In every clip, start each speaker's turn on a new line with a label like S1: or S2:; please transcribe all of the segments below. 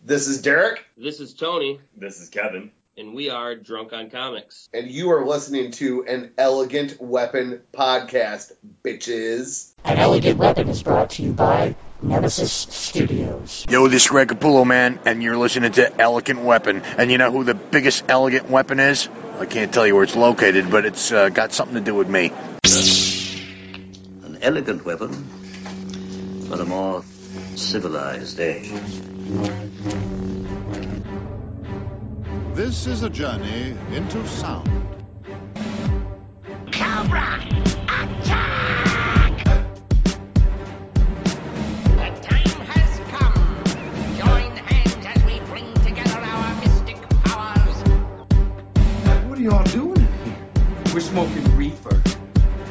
S1: This is Derek.
S2: This is Tony,
S3: This is Kevin.
S2: and we are Drunk on Comics.
S1: and you are listening to an Elegant Weapon podcast, bitches.
S4: An Elegant E Weapon is brought to you by Nemesis Studios.
S5: Yo, this is Greg Capullo, man, and you're listening to Elegant Weapon. And you know who the biggest elegant weapon is? I can't tell you where it's located, but it's uh, got something to do with me.
S6: an elegant weapon for a more civilized age.
S7: This is a journey into sound.
S8: The time has come. Join hands as we bring together our mystic powers.
S9: What are y'all doing in here? We're smoking reefer,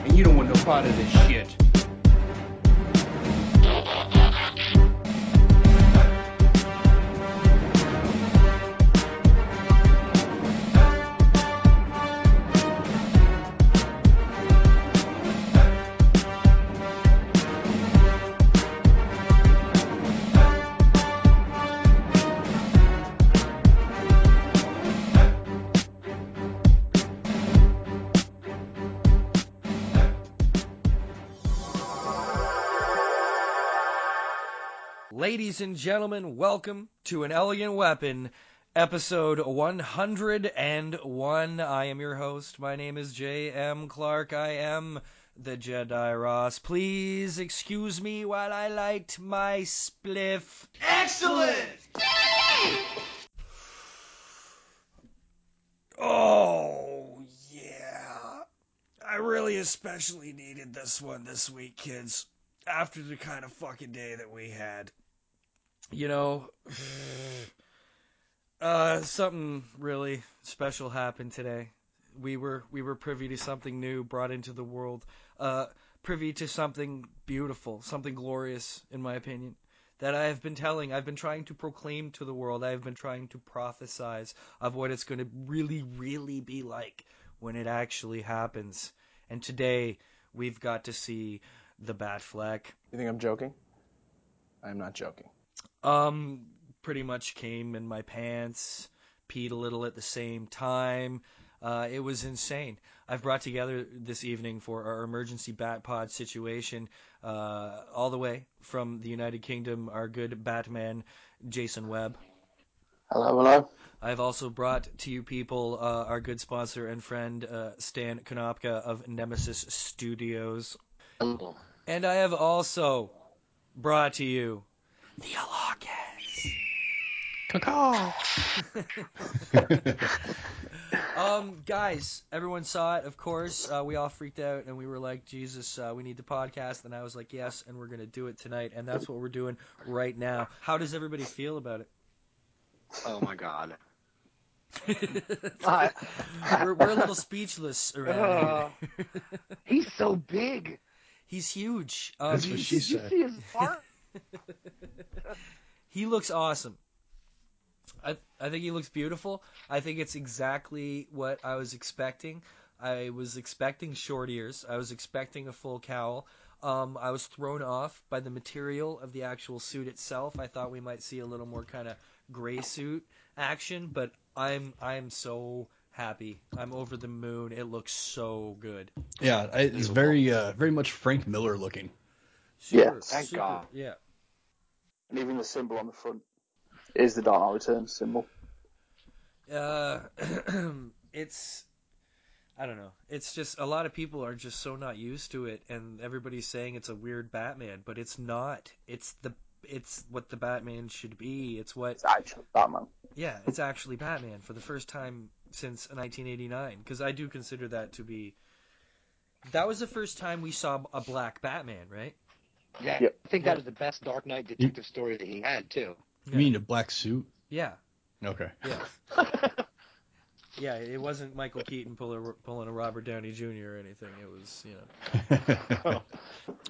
S9: and you don't want no part of this shit.
S10: Ladies and gentlemen, welcome to An Elegant Weapon, episode 101. I am your host. My name is J.M. Clark. I am the Jedi Ross. Please excuse me while I light my spliff. Excellent! Oh, yeah. I really especially needed this one this week, kids. After the kind of fucking day that we had you know, uh, something really special happened today. We were we were privy to something new brought into the world, uh, privy to something beautiful, something glorious, in my opinion, that I have been telling, I've been trying to proclaim to the world, I've been trying to prophesize of what it's going to really, really be like when it actually happens. And today we've got to see the Batfleck.
S11: You think I'm joking? I'm not joking.
S10: Um, pretty much came in my pants, peed a little at the same time. Uh, it was insane. I've brought together this evening for our emergency bat pod situation, uh, all the way from the United Kingdom, our good Batman, Jason Webb.
S11: Hello, hello.
S10: I've also brought to you people uh, our good sponsor and friend, uh, Stan Konopka of Nemesis Studios. And I have also brought to you the Alakaz. Um, guys, everyone saw it, of course. Uh, we all freaked out and we were like, Jesus, uh, we need the podcast. And I was like, yes, and we're going to do it tonight. And that's what we're doing right now. How does everybody feel about
S9: Oh my god.
S10: it? we're, we're a little speechless around here.
S9: He's so big.
S10: He's huge. Um,
S11: That's what
S10: he's-
S11: she
S9: Did you
S11: said.
S9: see his fart?
S10: he looks awesome. I I think he looks beautiful. I think it's exactly what I was expecting. I was expecting short ears. I was expecting a full cowl. Um, I was thrown off by the material of the actual suit itself. I thought we might see a little more kind of gray suit action, but I'm I'm so happy. I'm over the moon. It looks so good.
S12: Yeah, I- it's very, uh, very much Frank Miller looking.
S11: Yeah,
S10: Super,
S11: thank
S10: super-
S11: God.
S10: Yeah.
S11: And even the symbol on the front is the Dark Knight Returns symbol.
S10: Uh, it's I don't know. It's just a lot of people are just so not used to it, and everybody's saying it's a weird Batman, but it's not. It's the it's what the Batman should be. It's what
S11: It's actually Batman.
S10: yeah, it's actually Batman for the first time since 1989 because I do consider that to be that was the first time we saw a black Batman, right?
S9: Yeah.
S11: Yep.
S9: I think that was the best Dark Knight detective story that he had too.
S10: Yeah.
S12: You mean a black suit?
S10: Yeah,
S12: Okay.
S10: yeah, yeah. It wasn't Michael Keaton pulling pulling a Robert Downey Jr. or anything. It was you know.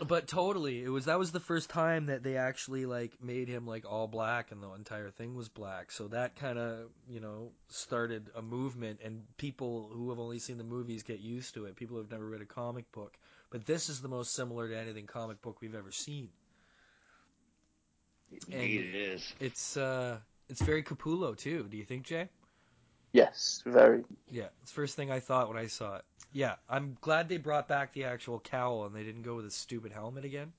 S10: But totally, it was that was the first time that they actually like made him like all black, and the entire thing was black. So that kind of you know started a movement, and people who have only seen the movies get used to it. People who have never read a comic book, but this is the most similar to anything comic book we've ever seen.
S9: Indeed it is.
S10: It's uh, It's very Capullo too. Do you think, Jay?
S11: Yes, very.
S10: Yeah, it's the first thing I thought when I saw it. Yeah, I'm glad they brought back the actual cowl and they didn't go with a stupid helmet again.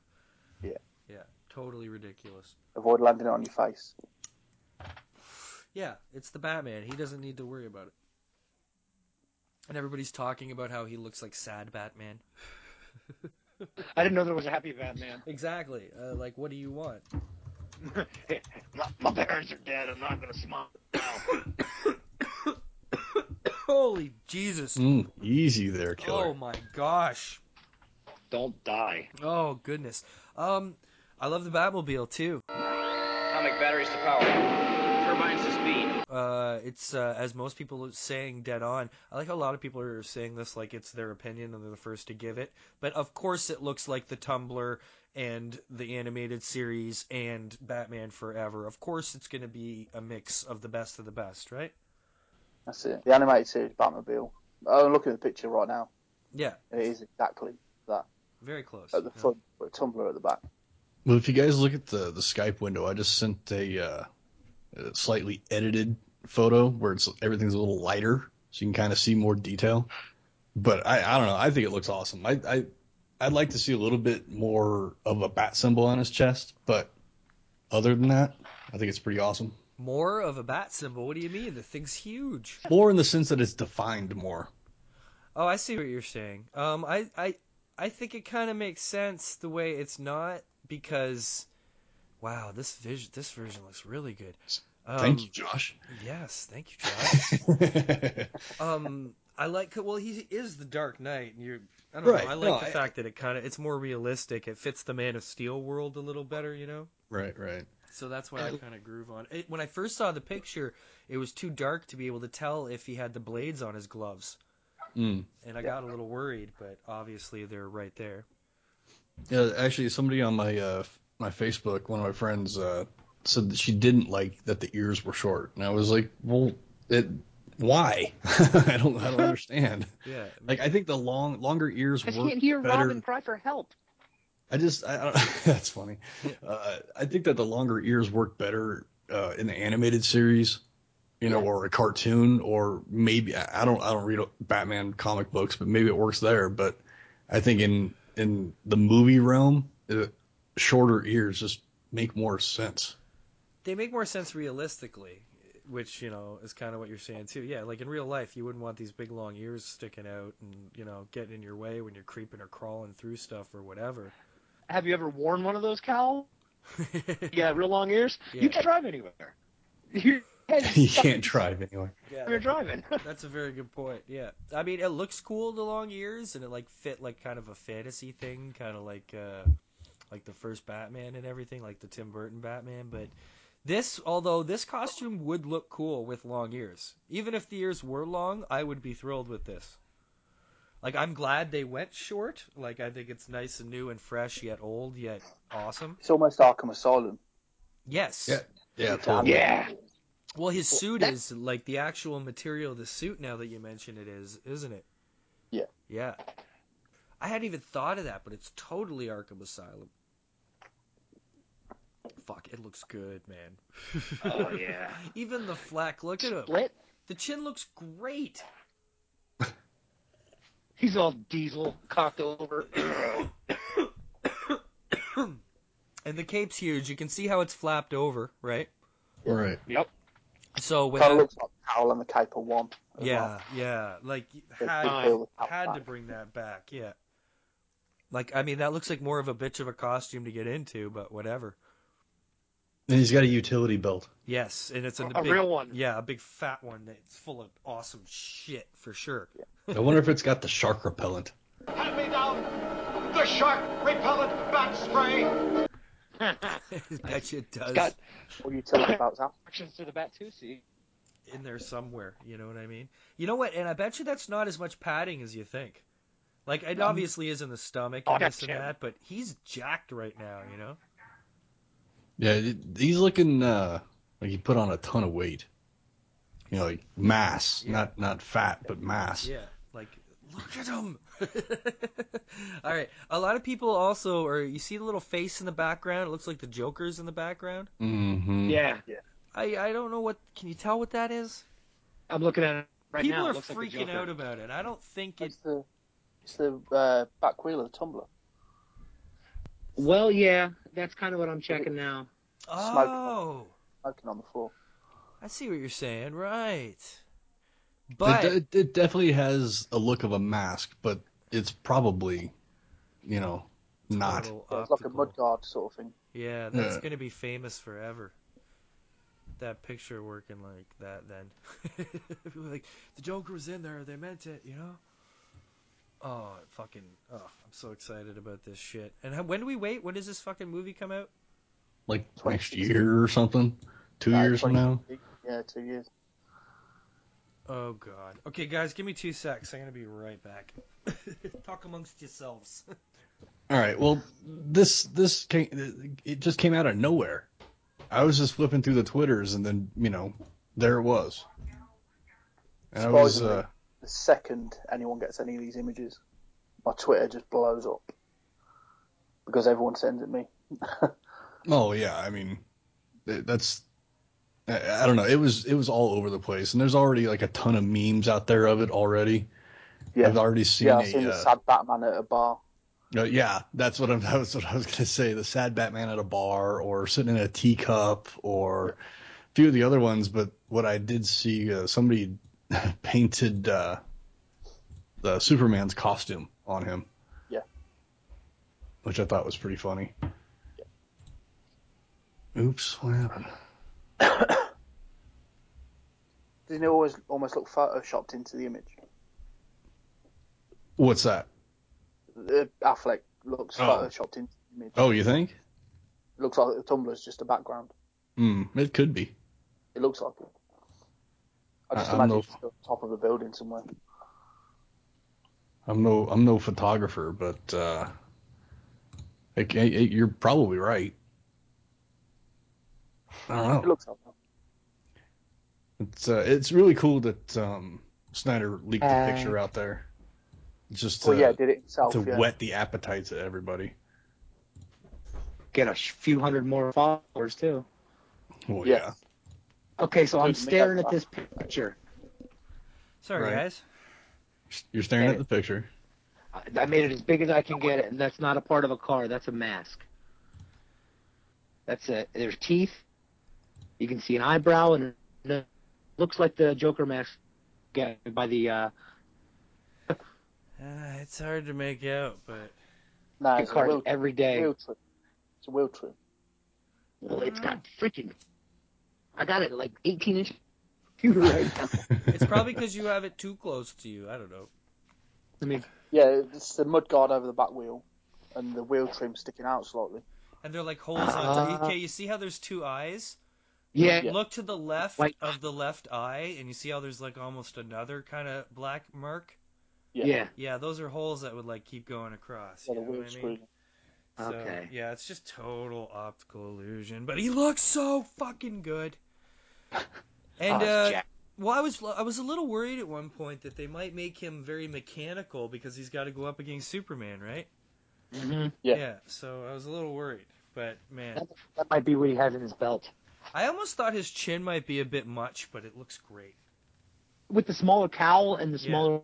S11: Yeah.
S10: Yeah, totally ridiculous.
S11: Avoid landing it on your face.
S10: Yeah, it's the Batman. He doesn't need to worry about it. And everybody's talking about how he looks like sad Batman.
S3: I didn't know there was a happy Batman.
S10: Exactly. Uh, like, what do you want?
S3: my, my parents are dead. I'm not gonna smile.
S10: Holy Jesus.
S12: Mm, easy there, killer.
S10: Oh my gosh.
S3: Don't die.
S10: Oh goodness. Um, I love the Batmobile too.
S13: Atomic batteries to power. Turbines to speed.
S10: Uh, it's uh, as most people are saying, dead on. I like how a lot of people are saying this like it's their opinion and they're the first to give it. But of course, it looks like the Tumblr and the animated series and Batman Forever. Of course, it's going to be a mix of the best of the best, right?
S11: That's it. The animated series Batmobile. Oh, look at the picture right now.
S10: Yeah,
S11: It is exactly that.
S10: very close.
S11: At the front, but a tumbler at the back.
S12: Well, if you guys look at the the Skype window, I just sent a, uh, a slightly edited photo where it's everything's a little lighter, so you can kind of see more detail. But I, I don't know. I think it looks awesome. I, I I'd like to see a little bit more of a bat symbol on his chest, but other than that, I think it's pretty awesome.
S10: More of a bat symbol. What do you mean? The thing's huge.
S12: More in the sense that it's defined more.
S10: Oh, I see what you're saying. Um, I, I, I think it kind of makes sense the way it's not because, wow, this vision, this version looks really good. Um,
S12: Thank you, Josh.
S10: Yes, thank you, Josh. um, I like. Well, he is the Dark Knight, and you're. I don't
S12: Right,
S10: know. I
S12: no,
S10: like the
S12: I-
S10: fact that it kind of it's more realistic. It fits the Man of Steel world a little better, you know.
S12: Right, right.
S10: So that's why I kind of groove on. It, when I first saw the picture, it was too dark to be able to tell if he had the blades on his gloves,
S12: Mm.
S10: and I got a little worried. But obviously, they're right there.
S12: Yeah, actually, somebody on my uh, f- my Facebook, one of my friends, uh, said that she didn't like that the ears were short, and I was like, well, it, why? I don't, I don't understand.
S10: Yeah.
S12: Like, I think the long, longer ears
S3: I
S12: work
S3: can't hear
S12: better.
S3: Robin cry for help.
S12: I just, I, I don't, that's funny. Uh, I think that the longer ears work better uh, in the animated series, you know, or a cartoon, or maybe I I don't, I don't read Batman comic books, but maybe it works there. But I think in in the movie realm, uh, shorter ears just make more sense.
S10: they make more sense realistically, which you know is kind of what you're saying too. Yeah, like in real life, you wouldn't want these big long ears sticking out and you know getting in your way when you're creeping or crawling through stuff or whatever.
S3: Have you ever worn one of those cowl? yeah, real long ears.
S10: Yeah.
S3: You can't drive anywhere. Your head's
S12: you
S3: stuck
S12: can't drive anyway.
S10: Yeah,
S3: when You're driving.
S10: that's a very good point. Yeah, I mean it looks cool the long ears and it like fit like kind of a fantasy thing, kind of like uh like the first Batman and everything, like the Tim Burton Batman, but. This, although this costume would look cool with long ears. Even if the ears were long, I would be thrilled with this. Like I'm glad they went short. Like I think it's nice and new and fresh, yet old, yet awesome.
S11: It's almost Arkham Asylum.
S10: Yes.
S12: Yeah. Yeah,
S11: totally.
S3: yeah.
S10: Well, his suit is like the actual material of the suit. Now that you mention it, is isn't it?
S11: Yeah.
S10: Yeah. I hadn't even thought of that, but it's totally Arkham Asylum. Fuck, it looks good, man.
S3: Oh yeah.
S10: Even the flack. Look at him.
S3: Split.
S10: The chin looks great.
S3: He's all diesel cocked over.
S10: And the cape's huge. You can see how it's flapped over, right?
S12: All right.
S3: yep.
S11: Kind
S10: So
S11: of
S10: without
S11: looks like the cowl and the cape are one. as
S10: Yeah,
S11: well.
S10: yeah. Like you
S11: They
S10: had
S11: could build it out
S10: had to
S11: back.
S10: bring that back. Yeah. Like I mean, that looks like more of a bitch of a costume to get into, but whatever.
S12: And he's got a utility belt.
S10: Yes, and it's a,
S3: A
S10: big,
S3: real one.
S10: Yeah, a big fat one that's full of awesome shit for sure.
S12: I wonder if it's got the shark repellent.
S7: Hand me down the shark repellent bat spray.
S10: Bet you it does
S3: got-
S11: What are you telling about that?
S3: Actions to the bat too. See.
S10: in there somewhere. You know what I mean? You know what? And I bet you that's not as much padding as you think. Like it obviously is in the stomach
S3: Um, Oh,
S10: and this
S3: that's
S10: and
S3: him.
S10: that, but he's jacked right now. You know?
S12: Yeah, it- he's looking uh, like he put on a ton of weight. You know, like mass,
S10: Yeah.
S12: not not fat, but mass.
S10: Yeah, like look at him. All right, a lot of people also, or you see the little face in the background. It looks like the Joker's in the background.
S12: Mm-hmm.
S3: Yeah.
S10: I I don't know what. Can you tell what that is?
S3: I'm looking at it right
S10: People
S3: now.
S10: are
S3: it looks like the
S10: freaking
S3: Joker.
S10: out about it. I don't think it.
S11: The, it's the uh, back wheel of the tumbler.
S3: Well, yeah, that's kind of what I'm checking now.
S10: Oh,
S11: Smoking on the floor.
S10: I see what you're saying. Right.
S12: It,
S10: But
S12: de- it, it definitely has a look of a mask, but it's probably, you know, not.
S10: Total
S11: Yeah, it's like a mudguard sort of thing.
S10: Yeah, that's
S12: Yeah.
S10: gonna be famous forever. That picture working like that then. People are like the Joker was in there, they meant it, you know? Oh fucking oh, I'm so excited about this shit. And how, when do we wait? When does this fucking movie come out?
S12: Like next year or something, two years from now.
S11: Yeah, two years.
S10: Oh god. Okay guys, give me two secs. I'm gonna be right back. Talk amongst yourselves.
S12: All right. Well, this this came, it just came out of nowhere. I was just flipping through the twitters, and then you know, there it was. And I was
S11: Surprisingly,
S12: uh,
S11: the second anyone gets any of these images, my Twitter just blows up because everyone sends it me.
S12: oh yeah. I mean, th- that's I, I don't know. It was it was all over the place, and there's already like a ton of memes out there of it already.
S11: Yeah.
S12: I've already seen
S11: yeah,
S12: a,
S11: I've seen the
S12: uh,
S11: sad Batman at a bar.
S12: Uh, yeah, that's what I'm. That was what I was gonna say. The sad Batman at a bar, or sitting in a teacup, or a few of the other ones. But what I did see, uh, somebody painted uh, the Superman's costume on him.
S11: Yeah.
S12: Which I thought was pretty funny. Oops, what happened?
S11: Didn't it always almost look photoshopped into the image?
S12: What's that?
S11: Uh, Affleck looks
S12: Oh.
S11: photoshopped into the image.
S12: Oh, you think?
S11: Looks like the tumbler's just a background.
S12: Hmm, it could be.
S11: It looks like it. I just
S12: I- I'm
S11: imagine
S12: no-
S11: it's on top of a building somewhere.
S12: I'm no, I'm no photographer, but uh, it, it- it- you're probably right. I don't know.
S11: It looks like that.
S12: It's uh, it's really cool that um, Snyder leaked the picture out there, just to,
S11: Well, yeah, did it
S3: oh,
S11: himself.
S12: to
S11: yeah.
S12: whet the appetites of everybody.
S3: Get a few hundred more followers too.
S12: Well,
S3: Yeah. Okay, so I'm
S11: Dude, make
S3: staring
S11: that
S3: at this picture.
S10: Sorry
S12: Right.
S10: guys.
S12: yeah, you're staring at the picture.
S3: I- I made it as big as I can get it, and that's not a part of a car. That's a mask. That's it. There's teeth. You can see an eyebrow, and it looks like the Joker mask guy by the. Uh,
S10: Uh, it's hard to make out, but
S11: Nah,
S3: Get
S11: it's a
S3: carded
S11: wheel-
S3: every day.
S11: wheel trip. It's a wheel trip.
S3: well, it's got freaking. I got it like 18 inch. computer right now.
S10: it's probably because you have it too close to you. I don't know.
S3: I mean,
S11: Yeah, it's the mud guard over the back wheel, and the wheel trim sticking out slightly.
S10: And they're like holes on. Okay, you see how there's two eyes?
S3: Uh, Yeah.
S10: Look to the left
S3: Like-
S10: of the left eye, and you see how there's like almost another kind of black mark.
S3: Yeah. Yeah.
S10: Yeah, those are holes that would like keep going across. You know what I mean? So,
S3: Okay.
S10: Yeah, it's just total optical illusion. But he looks so fucking good. And
S3: Oh,
S10: uh,
S3: Jack.
S10: well, I was I was a little worried at one point that they might make him very mechanical because he's got to go up against Superman, right?
S3: Mhm.
S10: Yeah. So I was a little worried, but man,
S3: That might be what he has in his belt.
S10: I almost thought his chin might be a bit much, but it looks great.
S3: With the smaller cowl and the
S10: Yeah.
S3: smaller,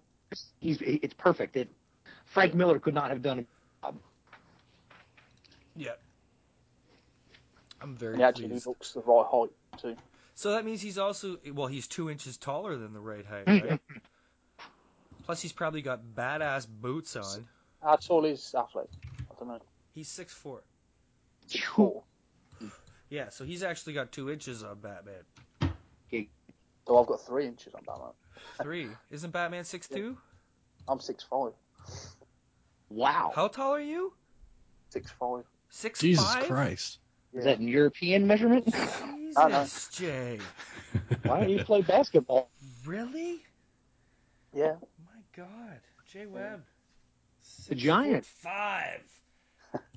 S3: he's it's perfect. It, Frank Miller could not have done it.
S10: Yeah. I'm very
S11: He actually
S10: pleased.
S11: looks the right height too.
S10: So that means he's also well, he's two inches taller than the right height,
S11: Mhm.
S10: right? Plus, he's probably got badass boots on.
S11: How tall is Affleck? I don't know.
S10: He's six four.
S11: Cool.
S10: Yeah, so he's actually got two inches on Batman.
S11: So I've got three inches on Batman.
S10: Three. Isn't Batman six two?
S11: I'm six five.
S3: Wow.
S10: How tall are you?
S11: Six five.
S10: Six
S12: Jesus
S10: five?
S12: Christ!
S3: Is that an European measurement?
S11: I know.
S10: Jesus, Jay.
S3: Why don't you play basketball?
S10: Really? Oh
S11: Yeah.
S10: My God, Jay Webb.
S3: The giant.
S10: Five.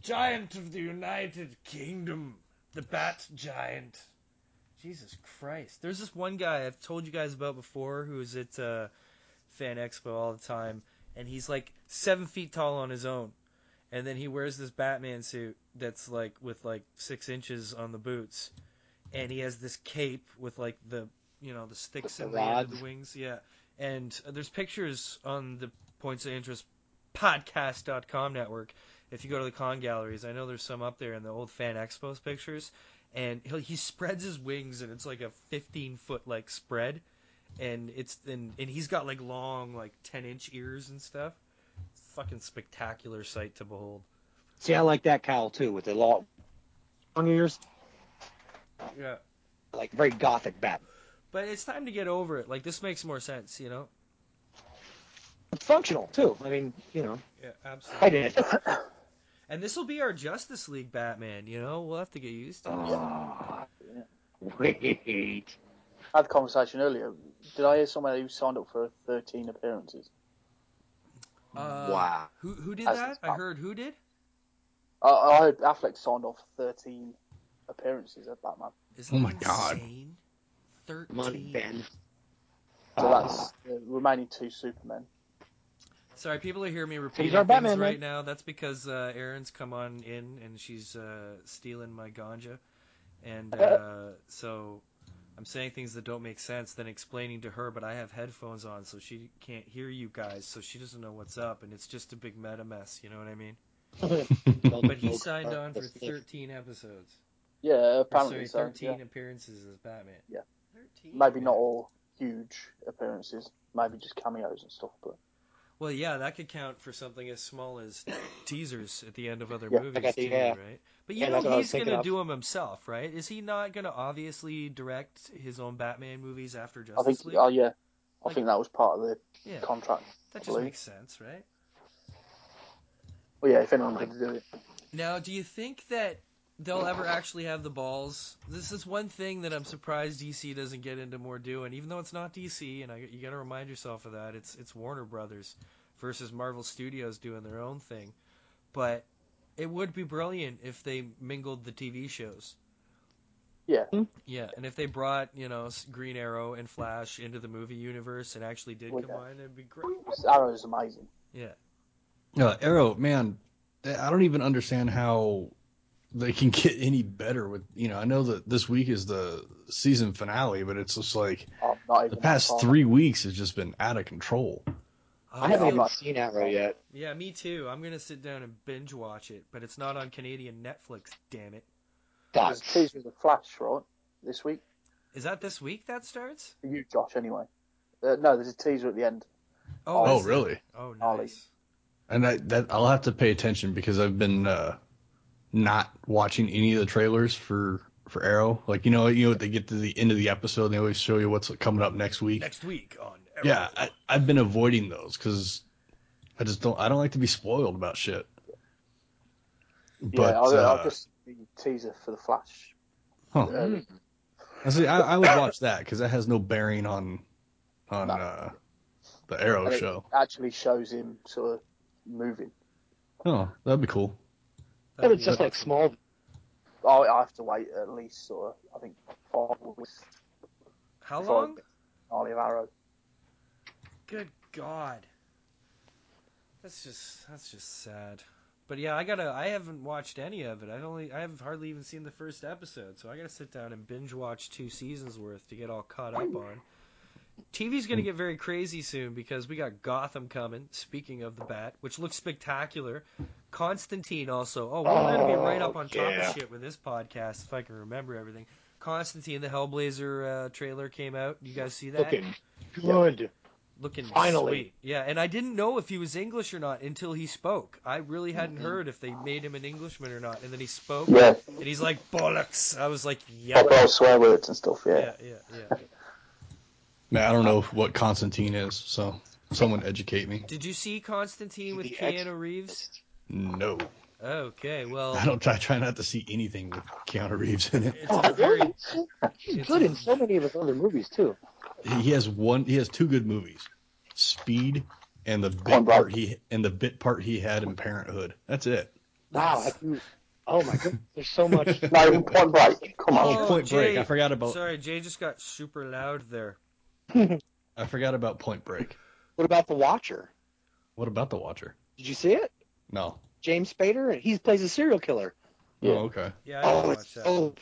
S10: Giant of the United Kingdom. The Bat Giant. Jesus Christ. There's this one guy I've told you guys about before who is at uh, Fan Expo all the time, and he's like seven feet tall on his own. And then he wears this Batman suit that's like with like six inches on the boots. and he has this cape with like the you know the sticks and the, end of the wings. Yeah, and uh, there's pictures on the Points of Interest podcast.com network. If you go to the con galleries, I know there's some up there in the old fan expos pictures, and he he spreads his wings and it's like a 15 foot like spread, and it's and, and he's got like long like 10 inch ears and stuff. It's a fucking spectacular sight to behold.
S3: See, I like that cowl too with the long, long ears,
S10: Yeah.
S3: like very gothic bat.
S10: But it's time to get over it. Like this makes more sense, you know?
S3: It's functional too. I mean, you know,
S10: Yeah, absolutely.
S3: I did.
S10: And this will be our Justice League Batman, you know? We'll have to get used to it.
S3: Wait.
S11: I had a conversation earlier. Did I hear someone who signed up for 13 appearances?
S10: Uh,
S11: Wow.
S10: Who who did
S11: As
S10: that?
S11: it's
S10: I
S11: up.
S10: heard who did?
S11: I, I heard Affleck signed off 13 appearances at Batman.
S10: Isn't Oh my that God. Thirteen.
S11: So
S3: Ah.
S11: that's the remaining two Supermen.
S10: Sorry, people are hearing me repeating
S11: our
S10: things
S11: Batman,
S10: right
S11: man.
S10: now. That's because uh, Erin's come on in and she's uh, stealing my ganja, and uh, so I'm saying things that don't make sense, then explaining to her. But I have headphones on, so she can't hear you guys, so she doesn't know what's up, and it's just a big meta mess. You know what I mean? but he signed on for 13 episodes.
S11: Yeah,
S10: Or,
S11: apparently so.
S10: sorry, 13
S11: yeah.
S10: appearances as Batman.
S11: Yeah.
S10: 13.
S11: Maybe not all huge appearances. Maybe just cameos and stuff. But
S10: Well, yeah, that could count for something as small as teasers at the end of other
S11: Yeah, I
S10: movies,
S11: got
S10: too,
S11: the- yeah.
S10: right? But you
S11: Yeah, that's what
S10: know
S11: I was
S10: he's going
S11: thinking
S10: to
S11: of.
S10: do them himself, right? Is he not going to obviously direct his own Batman movies after
S11: I
S10: Justice
S11: think,
S10: League?
S11: oh yeah, I
S10: Like-
S11: think that was part of the
S10: Yeah.
S11: contract. I
S10: That just
S11: believe.
S10: makes sense, right?
S11: Well, yeah, if
S3: Oh
S11: anyone wanted to do it.
S10: Now, do you think that they'll ever actually have the balls? This is one thing that I'm surprised DC doesn't get into more doing, even though it's not DC, and I, you got to remind yourself of that. It's it's Warner Brothers versus Marvel Studios doing their own thing, but it would be brilliant if they mingled the TV shows.
S11: Yeah.
S10: Yeah, and if they brought you know s- Green Arrow and Flash into the movie universe and actually did
S11: Well, yeah.
S10: combine, it'd be great.
S11: Arrow's amazing.
S10: Yeah.
S12: Uh, Arrow, man, I don't even understand how they can get any better with you know. I know that this week is the season finale, but it's just like
S11: I'm not even
S12: the
S11: that
S12: past
S11: far.
S12: three weeks has just been out of control.
S10: I haven't even
S3: seen Arrow yet.
S10: Yeah, me too. I'm gonna sit down and binge watch it, but it's not on Canadian Netflix. Damn it!
S11: There's teaser of the Flash, right? This week
S10: Is that this week that starts?
S11: for you, Josh. Anyway, uh, no, there's a teaser at the end.
S10: Oh,
S12: Oh,
S10: is it?
S12: really?
S10: Oh, nice.
S11: Ollie.
S12: And I, that I'll have to pay attention because I've been uh, not watching any of the trailers for for Arrow. Like you know, you know, they get to the end of the episode, and they always show you what's coming up next week.
S10: Next week on Arrow.
S12: Yeah, I, I've been avoiding those because I just don't. I don't like to be spoiled about shit.
S11: Yeah,
S12: But
S11: I'll,
S12: uh,
S11: I'll just the teaser for the Flash.
S12: huh.
S11: Um,
S12: I see, I, I would watch that because that has no bearing on on uh, the Arrow
S11: and it
S12: show.
S11: actually shows him sort of moving.
S12: Oh, that'd be cool.
S3: It was just like small.
S11: I, I have to wait at least sort of I think five weeks.
S10: How
S11: before I
S10: long?
S11: get Ollie Arrow.
S10: Good God. That's just that's just sad. But yeah, I gotta. I haven't watched any of it. I've only. I have hardly even seen the first episode. So I gotta sit down and binge watch two seasons worth to get all caught up on. TV's gonna get very crazy soon because we got Gotham coming. Speaking of the Bat, which looks spectacular. Constantine also. Oh, we're gonna be right up on top
S3: yeah.
S10: of shit with this podcast if I can remember everything. Constantine, the Hellblazer uh, trailer came out. You guys see that?
S3: Looking good.
S10: looking
S3: Finally.
S10: sweet. Yeah, and I didn't know if he was English or not until he spoke. I really hadn't heard if they made him an Englishman or not, and then he spoke.
S11: Yeah.
S10: and he's like bollocks. I was like, yeah,
S11: Proper old swear words and stuff. Yeah.
S10: yeah, yeah, yeah.
S12: Now, I don't know what Constantine is, so someone educate me.
S10: Did you see Constantine with Keanu Reeves?
S12: No,
S10: Okay, well,
S12: I don't. I try not to see anything with Keanu Reeves in it.
S3: Oh,
S10: it's a very
S3: He's good in so many of his other movies too.
S12: He has one. He has two good movies, Speed and the bit part he and the bit part he had in Parenthood. That's it.
S3: Wow. I can- oh my goodness. There's so much.
S11: Not even Point Break. Come on.
S12: Oh, Point Break. I
S10: Jay.
S12: forgot about.
S10: sorry, Jay just got super loud there.
S12: I forgot about Point Break.
S3: What about The Watcher?
S12: What about The Watcher?
S3: Did you see it?
S12: No.
S3: James Spader. He plays a serial killer.
S12: Oh, okay.
S10: Yeah, I
S3: Oh,
S10: didn't watch
S3: it's
S10: that.
S3: dope.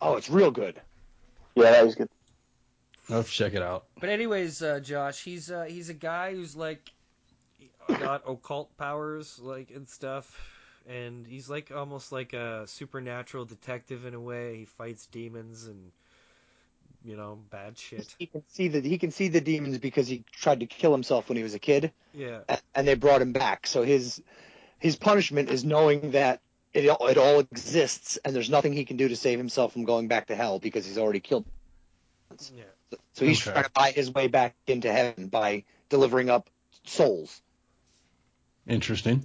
S3: Oh, it's real good.
S11: Yeah, that was good.
S12: I'll check it out.
S10: But anyways, uh, Josh, he's uh, he's a guy who's like got occult powers, like and stuff, and he's like almost like a supernatural detective in a way. He fights demons and you know bad shit.
S3: He can see the he can see the demons because he tried to kill himself when he was a kid,
S10: Yeah,
S3: a- and they brought him back. So his his punishment is knowing that it all, it all exists, and there's nothing he can do to save himself from going back to hell because he's already killed.
S10: yeah.
S3: So he's
S12: Okay.
S3: trying to buy his way back into heaven by delivering up souls.
S12: Interesting.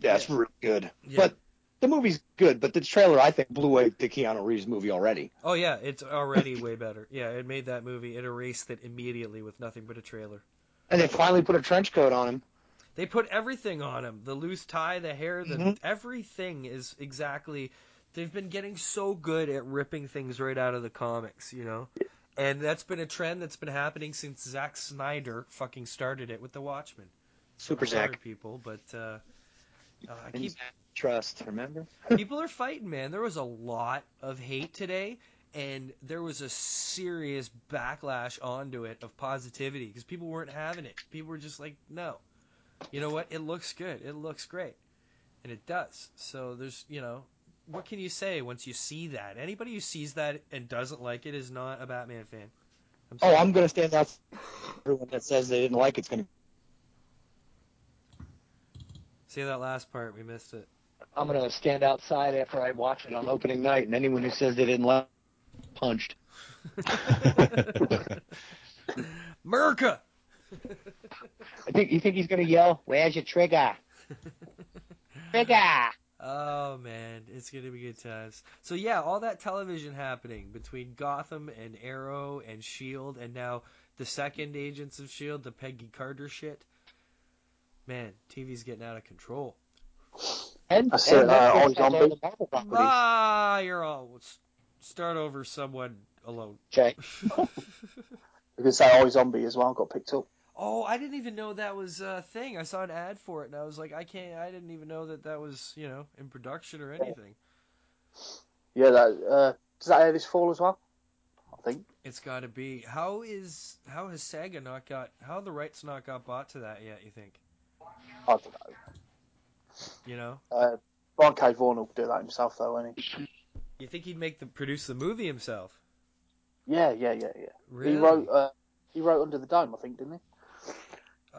S3: Yeah, it's really good.
S10: Yeah.
S3: But the movie's good, but the trailer I think blew away the Keanu Reeves movie already.
S10: Oh yeah, it's already way better. Yeah, it made that movie. It erased it immediately with nothing but a trailer.
S3: And they finally put a trench coat on him.
S10: They put everything on him. The loose tie, the hair, the
S3: Mhm.
S10: everything is exactly they've been getting so good at ripping things right out of the comics, you know? And that's been a trend that's been happening since Zack Snyder fucking started it with the Watchmen.
S3: Super
S10: I'm sorry,
S3: Zack.
S10: people, but uh, uh, I
S3: And
S10: keep
S3: Trust, remember?
S10: people are fighting, man. There was a lot of hate today, and there was a serious backlash onto it of positivity because people weren't having it. People were just like, no, you know what? It looks good. It looks great, and it does. So there's, you know, what can you say once you see that? Anybody who sees that and doesn't like it is not a Batman fan.
S3: Oh, I'm gonna stand out for everyone that says they didn't like it's gonna
S10: Say that last part. We missed it.
S3: I'm gonna stand outside after I watch it on opening night and anyone who says they didn't like punched.
S10: America.
S3: I think you think he's gonna yell, Where's your trigger? Trigger
S10: Oh man, it's gonna be good times. So yeah, all that television happening between Gotham and Arrow and Shield, E and now the second Agents of Shield, E the Peggy Carter shit. Man, TV's getting out of control.
S3: And,
S11: I said,
S3: and
S11: uh,
S3: Netflix
S11: all
S3: has all
S11: zombie.
S3: the Marvel properties.
S10: Ah, you're all. s- Start over, someone alone.
S3: Okay.
S11: You could say I Zombie as well got picked up.
S10: Oh, I didn't even know that was a thing. I saw an ad for it, and I was like, I can't. I didn't even know that that was you know in production or anything.
S11: Yeah, that uh, does that air this fall as well? I think.
S10: It's got to be. How is how has Saga not got how the rights not got bought to that yet? You think?
S11: I don't know.
S10: You know,
S11: Uh, Brian K. Vaughan will do that himself, though, won't he?
S10: you think he'd make the produce the movie himself?
S11: Yeah, yeah, yeah, yeah.
S10: Really?
S11: He wrote. Uh, he wrote Under the Dome, I think, didn't he?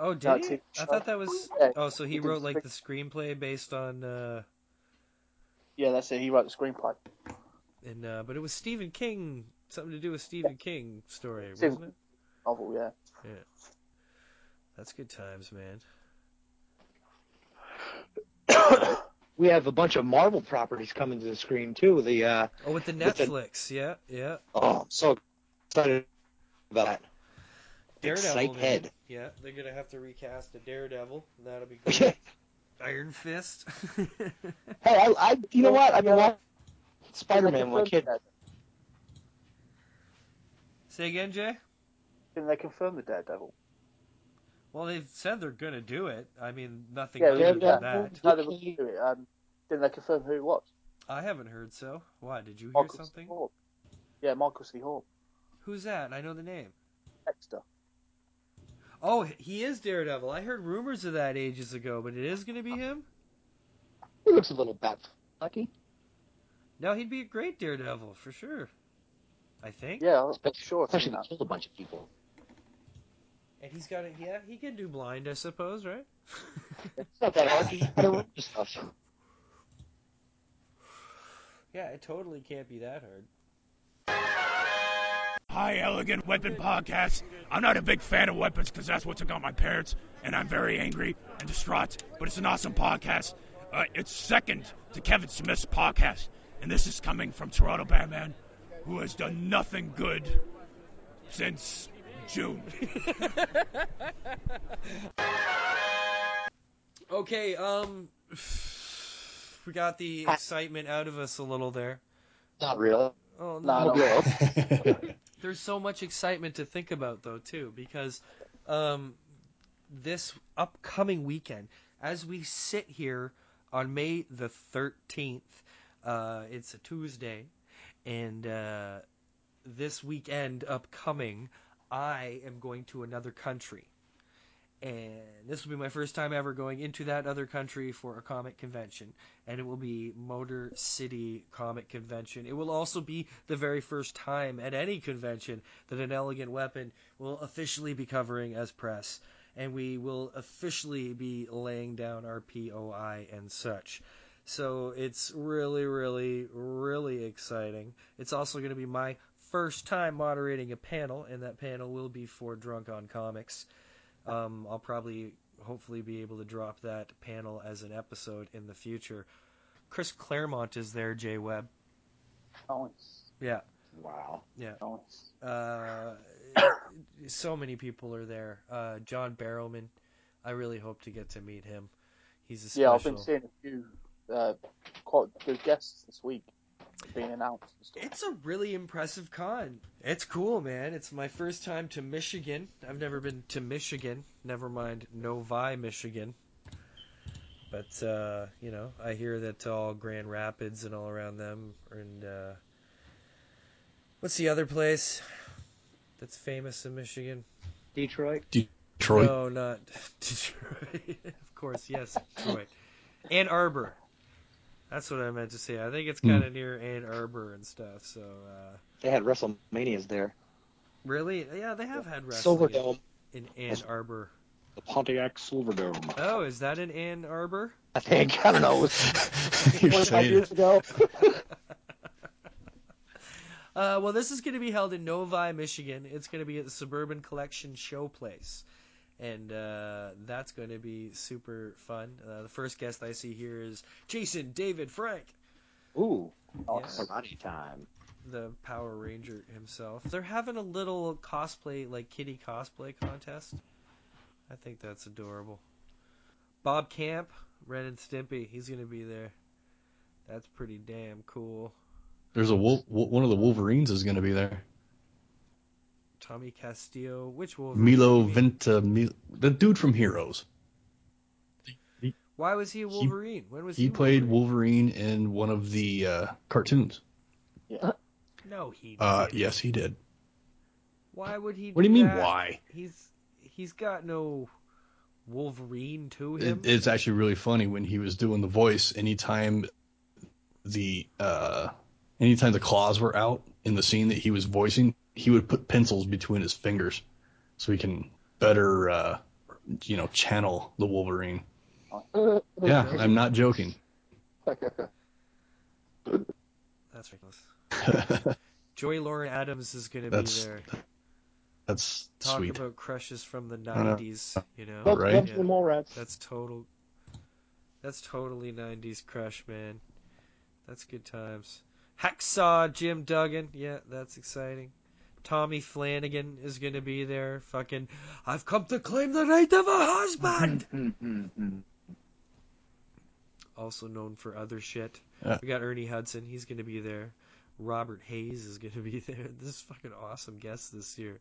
S10: oh,
S11: that
S10: did he?
S11: TV
S10: I
S11: show.
S10: thought that was.
S11: Yeah,
S10: Oh, so he
S11: did
S10: wrote like
S11: script.
S10: the screenplay based on, uh,
S11: Yeah, that's it. He wrote the screenplay.
S10: and uh, but it was Stephen King, something to do with Stephen King story,
S11: Stephen-
S10: wasn't it?
S11: Novel, yeah.
S10: That's good times, man.
S3: We have a bunch of Marvel properties coming to the screen too. The uh
S10: Oh, with the
S3: With the-
S10: Netflix, yeah, yeah.
S3: oh I'm so excited about that. Big
S10: Daredevil,
S3: Psych
S10: man.
S3: head.
S10: Yeah, they're gonna have to recast the Daredevil. and That'll be great. Iron Fist.
S3: Hey, I, I you know what? I've been watching Spider Man when I was a kid.
S10: Say again, Jay.
S11: Didn't they confirm the Daredevil?
S10: Well, they've said they're gonna do it. I mean, nothing
S11: Yeah,
S10: other
S11: yeah,
S10: than
S11: yeah.
S10: that.
S11: No, they wouldn't do it. Um, didn't they confirm who it was?
S10: I haven't heard so. Why? Did you hear
S11: Michael C.
S10: something?
S11: Hall. Yeah, Michael C. Hall.
S10: Who's that? I know the name.
S11: Dexter.
S10: Oh, he is Daredevil. I heard rumors of that ages ago, but it is going to be him?
S3: He looks a little bat lucky.
S10: No, he'd be a great Daredevil for sure. I think.
S11: Yeah, I'm
S3: Especially,
S11: sure. I've
S3: especially
S11: seen
S3: if
S11: that.
S3: he killed a bunch of people.
S10: And he's got a yeah, he can do blind, I suppose, right?
S3: It's not that hard. He's got a room to stuff.
S10: yeah, it totally can't be that hard.
S14: Hi, Elegant Weapon Podcast. I'm not a big fan of weapons because that's what's got my parents, and I'm very angry and distraught, but it's an awesome podcast. Uh, it's second to Kevin Smith's podcast, and this is coming from Toronto Batman, who has done nothing good since June.
S10: Okay, um we got the excitement out of us a little there.
S3: Not real.
S10: Oh no.
S3: Not real.
S10: there's so much excitement to think about though too because um, this upcoming weekend as we sit here on may the 13th uh, it's a tuesday And uh, this weekend upcoming, I am going to another country. And this will be my first time ever going into that other country for a comic convention. And it will be Motor City Comic Convention. It will also be the very first time at any convention that an elegant weapon will officially be covering as press. And we will officially be laying down our POI and such. So it's really, really, really exciting. It's also going to be my first time moderating a panel, and that panel will be for Drunk on Comics. Um, I'll probably, hopefully, be able to drop that panel as an episode in the future. Chris Claremont is there, Jay Webb.
S11: Nice.
S10: Yeah.
S11: Wow.
S10: Yeah.
S11: Nice.
S10: Uh, so many people are there. Uh, John Barrowman. I really hope to get to meet him. He's a special.
S11: Yeah, I've been seeing a few uh, quite good guests this week being announced. And stuff.
S10: It's a really impressive con. It's cool, man. It's my first time to Michigan. I've never been to Michigan. Never mind Novi, Michigan. But uh, you know, I hear that all Grand Rapids and all around them, and uh, what's the other place that's famous in Michigan?
S3: Detroit.
S12: Detroit.
S10: No, not Detroit. of course, yes, Detroit. Ann Arbor. That's what I meant to say. I think it's kind of near Ann Arbor and stuff. So uh,
S3: They had WrestleManias there.
S10: really, yeah, they have had wrestling
S3: Silverdome.
S10: in Ann Arbor.
S3: The Pontiac Silverdome.
S10: Oh, is that in Ann Arbor?
S3: I think. I don't know. It was
S12: You're
S3: 25
S12: saying
S3: years
S12: it.
S3: ago.
S10: Uh, well, this is going to be held in Novi, Michigan. It's going to be at the Suburban Collection Showplace. And uh, that's going to be super fun. Uh, the first guest I see here is Jason David Frank,
S3: Ooh.
S11: Oh,
S10: Yeah.
S3: Karate time.
S10: the Power Ranger himself. They're having a little cosplay, like kitty cosplay contest. I think that's adorable. Bob Camp, Ren and Stimpy, he's going to be there. That's pretty damn cool.
S12: There's a wolf, one of the Wolverines is going to be there.
S10: Tommy Castillo, which Wolverine?
S12: Milo Venta, Mil- the dude from Heroes.
S10: Why was he a Wolverine? when was he?
S12: He played Wolverine in one of the uh, cartoons.
S11: Yeah.
S10: No, he.
S12: Uh,
S10: didn't.
S12: yes, he did.
S10: Why would he?
S12: What do
S10: do
S12: you mean,
S10: that?
S12: why?
S10: He's he's got no Wolverine to him.
S12: It, it's actually really funny when he was doing the voice. Anytime the uh, anytime the claws were out in the scene that he was voicing, he would put pencils between his fingers so he can better, uh, you know, channel the Wolverine. Yeah, I'm not joking.
S10: That's ridiculous. Joy Lauren Adams is going to be
S12: That's
S10: there.
S12: That's
S10: Talk
S12: sweet.
S10: about crushes from the
S12: know.
S10: nineties. You know,
S12: That's- Right? that's
S10: Yeah.
S12: the
S10: That's total. That's totally nineties crush, man. That's good times. Hacksaw Jim Duggan. Yeah, that's exciting. Tommy Flanagan is going to be there. Fucking, I've come to claim the right of a husband. also known for other shit.
S12: Yeah.
S10: We got Ernie Hudson. He's going to be there. Robert Hayes is going to be there. This is fucking awesome guest this year.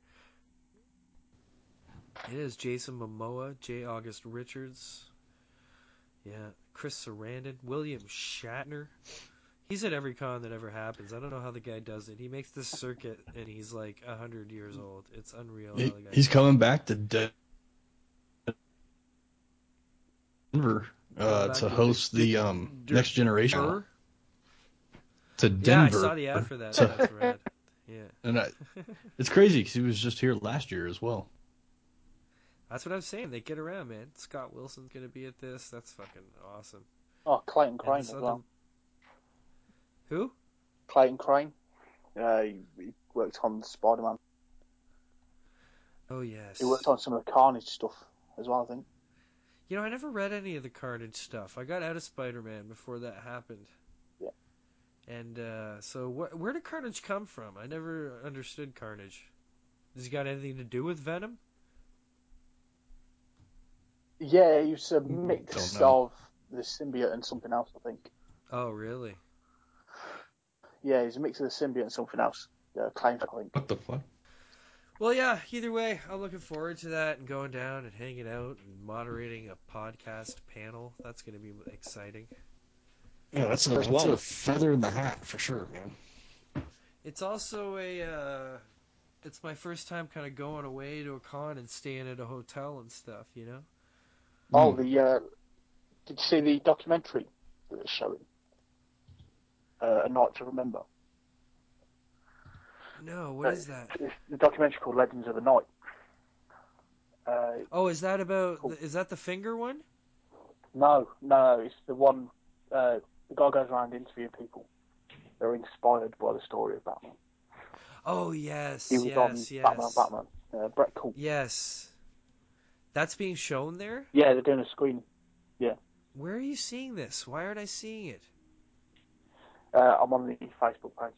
S10: It is Jason Momoa, J. August Richards. Yeah, Chris Sarandon, William Shatner. He's at every con that ever happens. I don't know how the guy does it. He makes this circuit and he's like hundred years old. It's unreal. how
S12: He-
S10: the guy
S12: he's
S10: does it.
S12: coming back to De- Denver
S10: Coming
S12: uh,
S10: back
S12: to
S10: to
S12: host
S10: De-
S12: the um,
S10: Der-
S12: Next Generation
S10: Durr?
S12: to
S10: Yeah, I
S12: Denver.
S10: saw the ad for that.
S12: to-
S10: That's rad. Yeah.
S12: and I, it's crazy because he was just here last year as well.
S10: That's what I'm saying. They get around, man. Scott Wilson's gonna be at this. That's fucking awesome.
S11: Oh, Clayton
S10: And
S11: Crane
S10: this
S11: as
S10: other-
S11: well.
S10: Who?
S11: Clayton Crane. Uh, he, he worked on Spider Man.
S10: Oh yes.
S11: He worked on some of the Carnage stuff as well, I think.
S10: You know, I never read any of the Carnage stuff. I got out of Spider-Man before that happened.
S11: Yeah.
S10: And uh, so, wh- where did Carnage come from? I never understood Carnage. Does he got anything to do with Venom?
S11: Yeah, he
S12: Hmm,
S11: was a mix
S10: Don't know.
S11: of the symbiote and something else, I think.
S10: Oh, really?
S11: Yeah, he's a mix of the symbiote and something else. Yeah, Clayton, I think.
S12: What the fuck?
S10: Well, yeah. Either way, I'm looking forward to that and going down and hanging out and moderating a podcast panel. That's going to be exciting.
S12: Yeah, that's
S10: a- that's a
S12: feather in the hat for sure, man.
S10: It's also a. Uh, it's my first time kind of going away to a con and staying at a hotel and stuff, you know?
S11: Oh,
S12: Hmm.
S11: the uh, did you see the documentary that was showing? Uh, a Night to Remember.
S10: No, what
S11: Uh,
S10: is that?
S11: It's the documentary called Legends of the Night. Uh,
S10: Oh, is that about. Is that the finger one?
S11: no, no, it's the one. Uh, the guy goes around interviewing people. They're inspired by the story of Batman.
S10: Oh, yes.
S11: He was on
S10: yes, yes.
S11: Batman, Batman. Uh, Brett Cool.
S10: Yes. That's being shown there?
S11: Yeah, they're doing a screen. Yeah,
S10: Where are you seeing this? Why aren't I seeing it?
S11: uh, I'm on the Facebook page.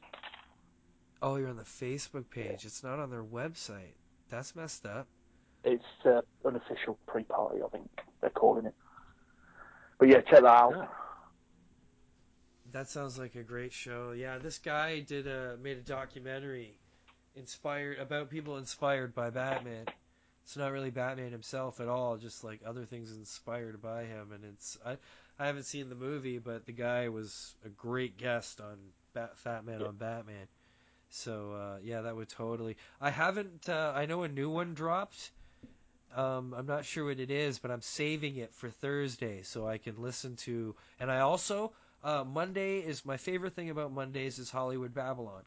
S10: Oh, you're on the Facebook page. It's not on their website. That's messed up.
S11: It's uh, an official pre-party, I think they're calling it. But yeah, check that out.
S10: That sounds like a great show. Yeah, this guy did a made a documentary inspired about people inspired by Batman. It's not really Batman himself at all, just like other things inspired by him and it's I I haven't seen the movie, but the guy was a great guest on Bat, Fat Man on Batman. So uh, yeah, that would totally. I haven't. Uh, I know a new one dropped. Um, I'm not sure what it is, but I'm saving it for Thursday so I can listen to. And I also uh, Monday is my favorite thing about Mondays is Hollywood Babylon,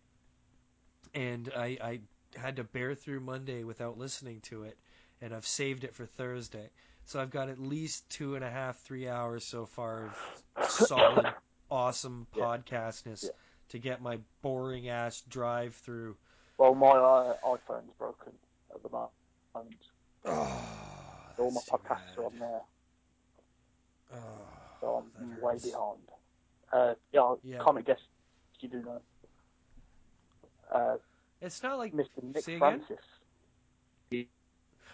S10: and I, I had to bear through Monday without listening to it, and I've saved it for Thursday. So I've got at least two and a half, three hours so far of solid, awesome podcastness to get my boring ass drive through.
S11: Well, my uh, iPhone's broken at the moment. All my podcasts are on there. so I'm way behind. Uh, yeah,
S10: Yeah.
S11: comic guest, you do know. Uh,
S10: It's not like
S11: Mr. Nick
S10: say again?
S11: Francis.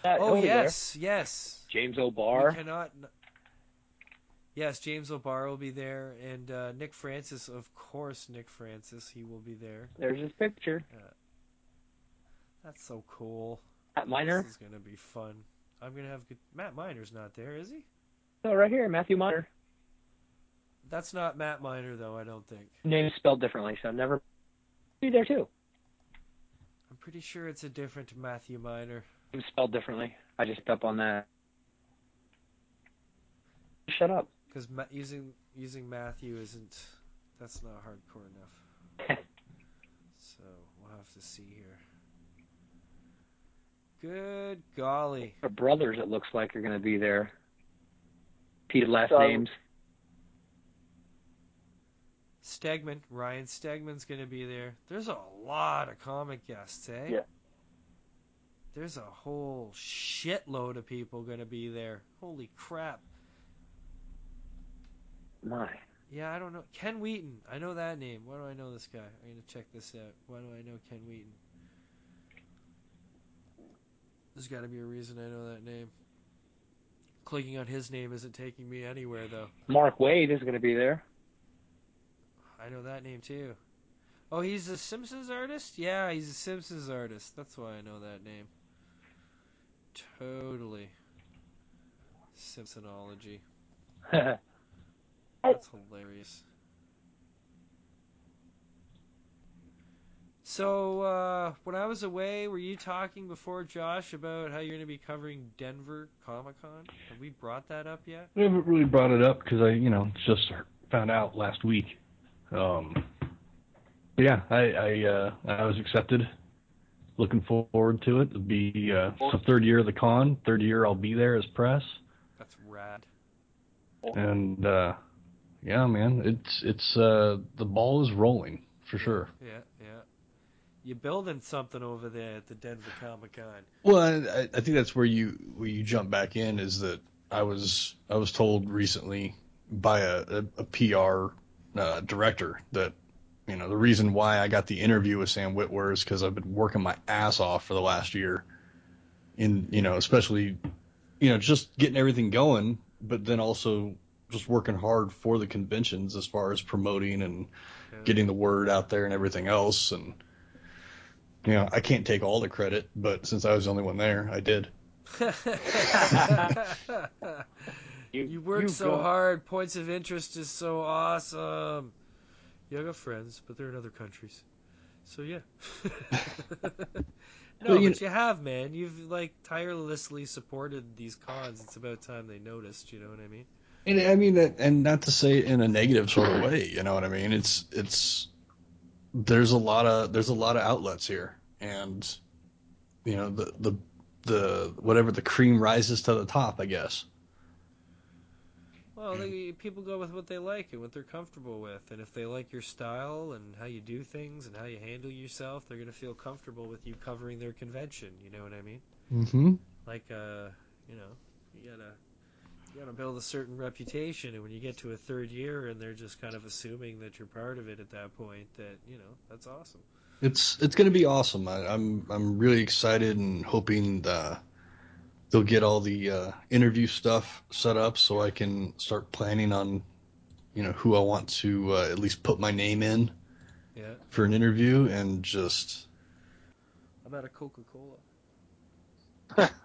S15: Yeah,
S10: oh
S15: he'll be there.
S10: yes, yes.
S15: James
S10: We
S15: O'Barr.
S10: cannot. Yes, James O'Barr will be there, and uh, Nick Francis, of course, Nick Francis, he will be there.
S15: There's his picture.
S10: That's so cool.
S15: Matt Miner?
S10: This is gonna be fun. I'm gonna have good. Matt Miner's not there, is he?
S15: No, right here, Matthew Miner.
S10: That's not Matt Miner though. I don't think.
S15: Name's spelled differently, so never be there too.
S10: I'm pretty sure it's a different Matthew Miner.
S15: Name's spelled differently. I just picked up on that. Shut up.
S10: Because ma- using using Matthew isn't that's not hardcore enough. so we'll have to see here. Good golly!
S15: The brothers, it looks like, are going to be there. Repeated last
S10: So-
S15: names.
S10: Stegman, Ryan Stegman's going to be there. There's a lot of comic guests, eh?
S11: Yeah.
S10: There's a whole shitload of people going to be there. Holy crap!
S15: My.
S10: Yeah, I don't know. Ken Wheaton. I know that name. Why do I know this guy? I'm going to check this out. Why do I know Ken Wheaton? There's got to be a reason I know that name. Clicking on his name isn't taking me anywhere, though.
S15: Mark Wade is going to be there.
S10: I know that name, too. Oh, he's a Simpsons artist? Yeah, he's a Simpsons artist. That's why I know that name. Totally. Simpsonology. That's hilarious. So, uh, when I was away, were you talking before Josh about how you're going to be covering Denver Comic Con? Have we brought that up yet?
S12: I haven't really brought it up because I, you know, just found out last week. Um, but yeah, I I, uh, I was accepted. Looking forward to it. It'll be uh, it's the third year of the con. Third year I'll be there as press.
S10: That's rad.
S12: And uh, yeah, man, it's it's uh, the ball is rolling for sure.
S10: Yeah, yeah. You're building something over there at the Denver Comic Con.
S12: Well, I, I think that's where you where you jump back in is that I was I was told recently by a, a, a PR uh, director that you know the reason why I got the interview with Sam Whitwer is because I've been working my ass off for the last year, in you know especially you know just getting everything going, but then also just working hard for the conventions as far as promoting and getting the word out there and everything else and you know, I can't take all the credit, but since I was the only one there, I did.
S10: you, work
S15: you've
S10: so
S15: got-
S10: hard. Points of interest is so awesome. You have friends, but they're in other countries. So yeah. no,
S12: you-
S10: but you have, man. You've like tirelessly supported these cons. It's about time they noticed. You know what I mean?
S12: And I mean, that- and not to say it in a negative sort of way, you know what I mean? It's it's there's a lot of there's a lot of outlets here, and you know the the the whatever the cream rises to the top, I guess.
S10: Well, they, people go with what they like and what they're comfortable with, and if they like your style and how you do things and how you handle yourself, they're gonna feel comfortable with you covering their convention. You know what I mean?
S12: Mm-hmm.
S10: Like, uh, you know, you gotta you gotta build a certain reputation, and when you get to a third year and they're just kind of assuming that you're part of it at that point, that you know that's awesome.
S12: It's it's going to be awesome. I, I'm I'm really excited and hoping the, they'll get all the uh, interview stuff set up so I can start planning on, you know, who I want to uh, at least put my name in
S10: Yeah.
S12: for an interview and just
S10: I'm out of Coca Cola.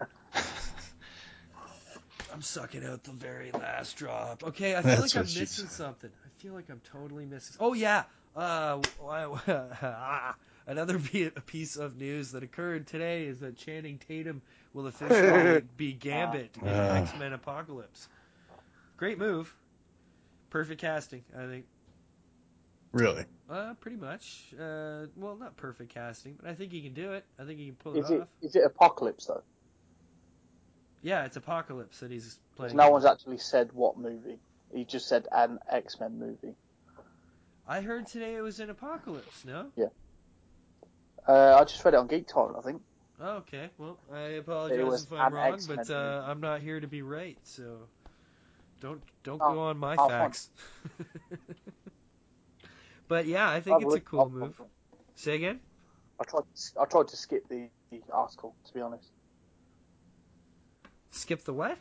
S10: I'm sucking out the very last drop. Okay, I feel
S12: That's
S10: like I'm
S12: what she
S10: missing something. I feel like I'm totally missing. Oh yeah, uh, w- I- another p- piece of news that occurred today is that Channing Tatum will officially be Gambit in
S12: Ah.
S10: X Men Apocalypse. Great move, perfect casting, I think.
S12: really
S10: Uh, pretty much. Uh, well, not perfect casting, but I think he can do it. I think he can pull
S11: Is
S10: it off.
S11: it is it Apocalypse though?
S10: Yeah, it's Apocalypse that he's
S11: 'Cause
S10: playing.
S11: no one's actually said what movie. He just said an X Men movie.
S10: I heard today it was in Apocalypse. No.
S11: Uh, I just read it on Geek Time, I think.
S10: Oh, okay. Well, I apologize
S11: was
S10: if I'm
S11: an
S10: wrong,
S11: X-Men
S10: but uh, I'm not here to be right. So don't don't
S11: Oh,
S10: go on my
S11: oh, fun.
S10: facts. but yeah, I think
S11: I've
S10: it's a
S11: looked-
S10: cool
S11: I've-
S10: move. Say again.
S11: I tried. I tried to skip the, the article, to be honest.
S10: Skip the what?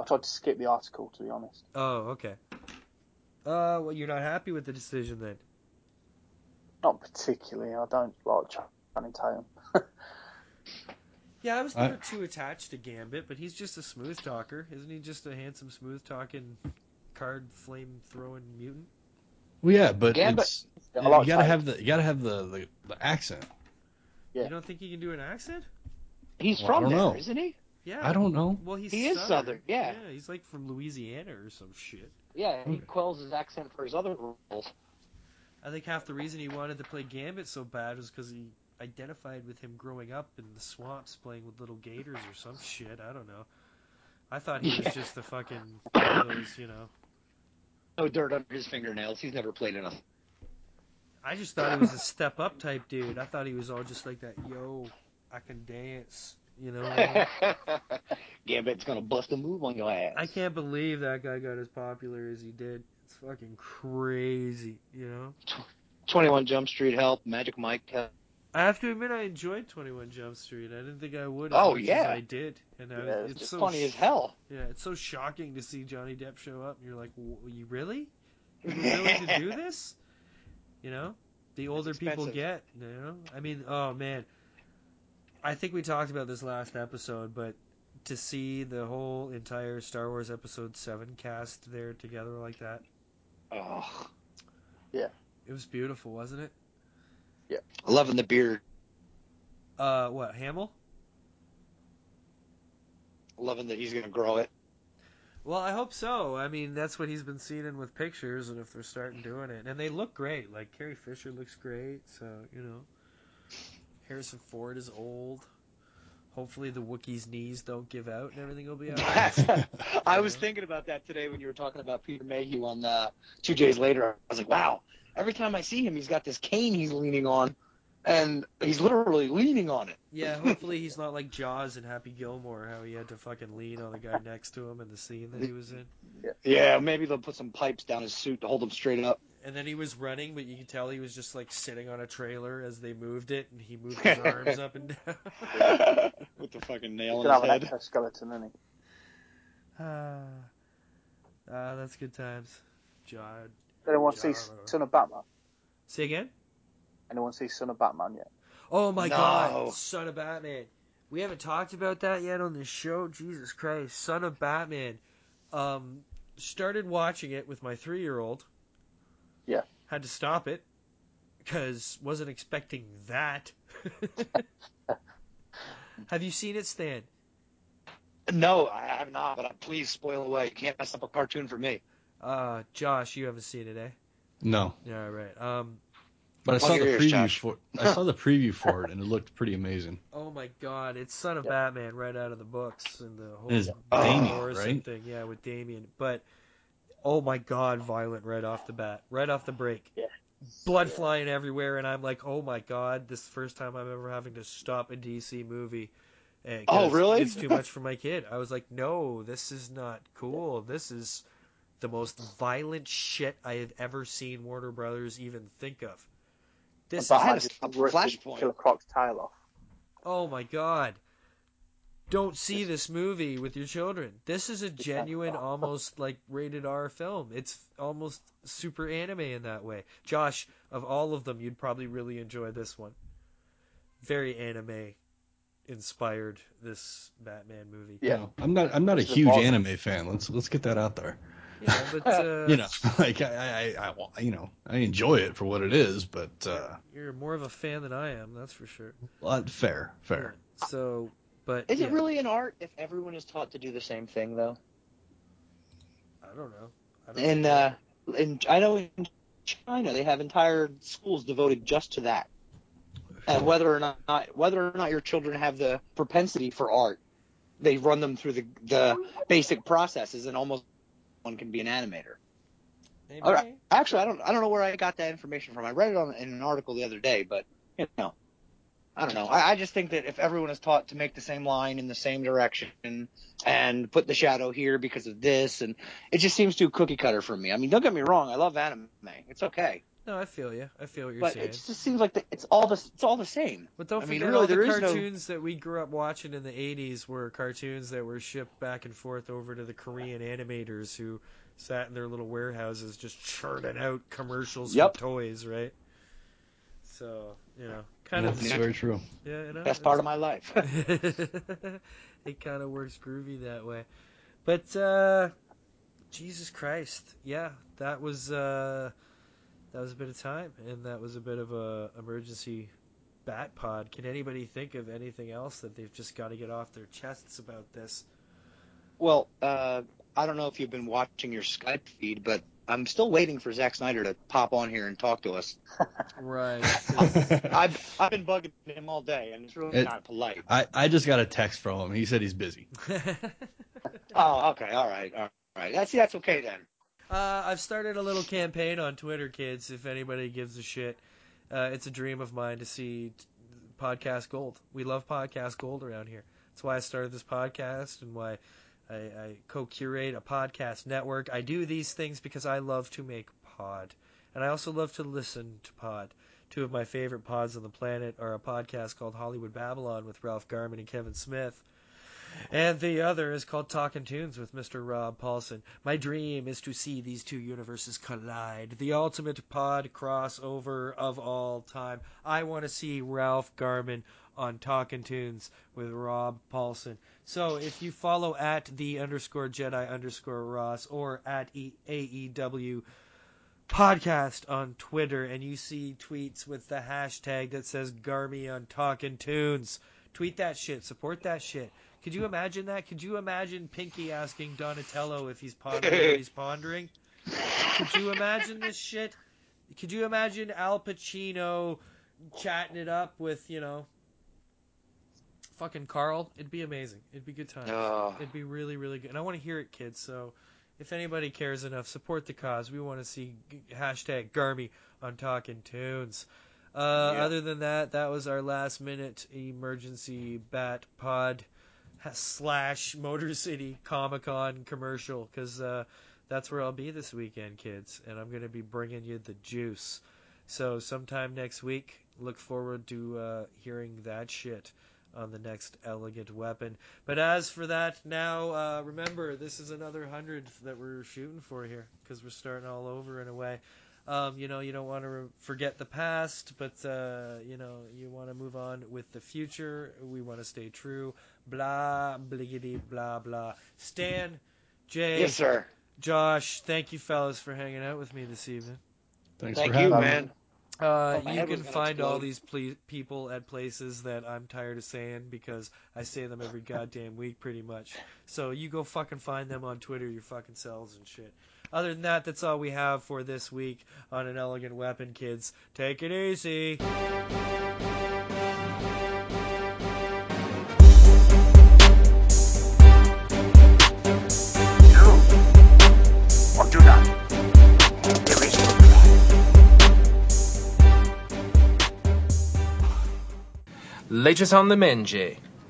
S11: I tried to skip the article, to be honest.
S10: Oh, okay. Uh, well, you're not happy with the decision then.
S11: Not particularly. I don't like Ch- Channing Tatum.
S10: Yeah, I was
S11: I-
S10: never too attached to Gambit, but he's just a smooth talker, isn't he? Just a handsome, smooth talking, card flame throwing mutant.
S12: well, yeah, but
S10: Yeah, but-
S12: it's
S10: Yeah, I
S12: you
S10: like
S12: gotta
S10: that.
S12: have the you gotta have the the, the accent.
S10: You don't think he can do an accent?
S3: He's
S12: Well, I
S3: from
S12: don't
S3: there,
S12: know.
S3: not he?
S10: Yeah.
S12: I don't know.
S10: Well, he's
S3: He is Southern, yeah.
S10: Yeah, he's like from Louisiana or some shit.
S3: Yeah,
S12: Hmm.
S3: he quells his accent for his other roles.
S10: I think half the reason he wanted to play Gambit so bad was because he identified with him growing up in the swamps playing with little gators or some shit. I don't know. I thought he was just a fucking one of those, you know.
S3: No Oh, dirt under his fingernails. He's never played enough.
S10: I just thought he was a step up type dude. I thought he was all just like that. Yo, I can dance. You know. what I mean?
S3: Gambit's gonna bust a move on your ass.
S10: I can't believe that guy got as popular as he did. It's fucking crazy, you know.
S3: Twenty One Jump Street help, Magic Mike help.
S10: I have to admit, I enjoyed Twenty One Jump Street. I didn't think I would. As
S3: Oh,
S10: much as
S3: yeah.
S10: I did, and I,
S3: Yeah,
S10: was-
S3: it's
S10: it's
S3: just
S10: so
S3: funny
S10: sh-
S3: as hell.
S10: Yeah, it's so shocking to see Johnny Depp show up, and you're like, "W- "You really? You were willing to do this?" You know, the older people
S3: expensive.
S10: get, you know. I mean, oh man, I think we talked about this last episode, but to see the whole entire Star Wars Episode Seven cast there together like that,
S3: Oh,
S10: it was beautiful, wasn't it?
S3: loving the beard,
S10: Uh, what Hamill?
S3: loving that he's gonna grow it.
S10: Well, I hope so. I mean, that's what he's been seen in with pictures, and if they're starting doing it, and they look great. Like Carrie Fisher looks great, so you know, Harrison Ford is old. Hopefully, the Wookiee's knees don't give out, and everything will be all right.
S3: I was thinking about that today when you were talking about Peter Mayhew on uh, two days later. I was like, wow. Every time I see him, he's got this cane he's leaning on, and he's literally leaning on it.
S10: yeah, hopefully he's not like Jaws and Happy Gilmore, how he had to fucking lean on the guy next to him in the scene that he was in.
S3: Yeah, maybe they'll put some pipes down his suit to hold him straight up.
S10: And then he was running, but you could tell he was just like sitting on a trailer as they moved it, and he moved his arms up and down.
S3: With the fucking
S11: He
S3: nail
S11: could have an exoskeleton, isn't he?
S10: Ah, ah, that's good times. John.
S11: Anyone want to see Son of Batman?
S10: Say again?
S11: Anyone see Son of Batman yet?
S10: Oh my
S11: No.
S10: god, Son of Batman. We haven't talked about that yet on this show. Jesus Christ, Son of Batman. Um, started watching it with my three year old.
S11: Yeah.
S10: Had to stop it because wasn't expecting that. Have you seen it, Stan?
S16: No, I have not. But please spoil away. You can't mess up a cartoon for me.
S10: Uh, Josh, you haven't seen it, eh?
S12: No,
S10: Yeah, all right. Um,
S12: but I
S10: Plug
S12: saw
S10: your
S12: the
S10: ears,
S12: preview
S10: Josh.
S12: for I saw the preview for it, and it looked pretty amazing.
S10: oh my God, it's Son of Batman right out of the books and the whole
S12: It's
S10: Grant
S12: Damien,
S10: Morrison
S12: right?
S10: thing, yeah, with Damien. But oh my God, violent right off the bat, right off the break.
S11: Yeah.
S10: Blood flying everywhere, and I'm like, oh my God, this is the first time I'm ever having to stop a DC movie. And 'cause
S16: Oh, really?
S10: It's too much for my kid. I was like, no, this is not cool. This is the most violent shit I have ever seen Warner Brothers even think of. This is
S11: About how just ripping Killer Croc's tail off.
S10: Oh my god. Don't see this movie with your children. This is a genuine, almost like rated R film. It's almost super anime in that way. Josh, of all of them, you'd probably really enjoy this one. Very anime inspired, this Batman movie.
S12: No, I'm not. I'm not a
S10: It's the
S12: huge
S10: ball-
S12: anime fan. Let's let's get that out there.
S10: Yeah, but, uh,
S12: you know, like I, I, I, well, you know, I enjoy it for what it is, but uh,
S10: You're more of a fan than I am, that's for sure.
S12: well, Uh, fair, fair.
S10: So, but.
S16: Is
S10: yeah,
S16: it really an art if everyone is taught to do the same thing though?
S10: I don't know. I don't
S16: And uh, in, I know in China they have entire schools devoted just to that. And whether or not whether or not your children have the propensity for art, they run them through the the basic processes, and almost one can be an animator.
S10: Maybe.
S16: All right. Actually, I don't I don't know where I got that information from. I read it on in an article the other day, but you know, I don't know. I, I just think that if everyone is taught to make the same line in the same direction and put the shadow here because of this, and it just seems too cookie cutter for me. I mean, don't get me wrong. I love anime. It's okay,
S10: No, I feel you. I feel what you're
S16: but
S10: saying.
S16: it just seems like the, it's all the it's all the same.
S10: But don't
S16: I mean,
S10: forget
S16: really,
S10: all
S16: there
S10: the
S16: is no-
S10: cartoons that we grew up watching in the '80s were cartoons that were shipped back and forth over to the Korean animators who sat in their little warehouses just churning out commercials
S16: Yep.
S10: for toys, right? So you know, kind of
S12: That's very true.
S10: Yeah, you know,
S16: Best part of my life.
S10: it kind of works groovy that way. But uh, Jesus Christ, yeah, that was uh, that was a bit of time, and that was a bit of a emergency bat pod. Can anybody think of anything else that they've just got to get off their chests about this?
S16: Well, uh, I don't know if you've been watching your Skype feed, but I'm still waiting for Zack Snyder to pop on here and talk to us.
S10: Right.
S16: I've, I've been bugging him all day, and it's really
S12: It-
S16: not polite.
S12: I, I just got a text from him. He said he's busy.
S16: Oh, okay, all right, all right. That's that's okay then.
S10: Uh, I've started a little campaign on Twitter, kids. If anybody gives a shit, uh, it's a dream of mine to see t- podcast gold. We love podcast gold around here. That's why I started this podcast and why I, I co-curate a podcast network. I do these things because I love to make pod, and I also love to listen to pod. Two of my favorite pods on the planet are a podcast called Hollywood Babylon with Ralph Garman and Kevin Smith. And the other is called Talking Tunes with Mr. Rob Paulson. My dream is to see these two universes collide. The ultimate pod crossover of all time. I want to see Ralph Garman on Talking Tunes with Rob Paulson. So if you follow at the underscore Jedi underscore Ross or at e- AEW podcast on Twitter and you see tweets with the hashtag that says Garmy on Talking Tunes, tweet that shit. Support that shit. Could you imagine that? Could you imagine Pinky asking Donatello if he's pondering what he's pondering? Could you imagine this shit? Could you imagine Al Pacino chatting it up with, you know, fucking Carl? It'd be amazing. It'd be good times.
S16: Oh.
S10: It'd be really, really good. And I want to hear it, kids. So if anybody cares enough, support the cause. We want to see g- hashtag Garmy on Talking Tunes. Uh,
S16: Yeah.
S10: Other than that, that was our last minute emergency bat pod slash Motor City Comic Con commercial because uh, that's where I'll be this weekend, kids, and I'm going to be bringing you the juice. So sometime next week, look forward to uh, hearing that shit on the next Elegant Weapon. But as for that, now uh, remember this is another hundred that we're shooting for here because we're starting all over in a way. Um, you know, you don't want to re- forget the past, but uh, you know, you want to move on with the future. We want to stay true. Blah bliggity blah blah. Stan, Jay,
S16: Yes, sir.
S10: Josh, thank you fellas for hanging out with me this evening.
S12: Thanks
S16: Thank you, man.
S10: Uh,
S16: Oh, my
S10: you
S16: head
S10: can
S16: was gonna
S10: find all
S16: explode.
S10: these ple- people at places that I'm tired of saying because I say them every goddamn week, pretty much. So you go fucking find them on Twitter, your fucking selves and shit. Other than that, that's all we have for this week on an elegant weapon, kids. Take it easy.
S5: Or do not. There is no
S17: Latest on the Menji.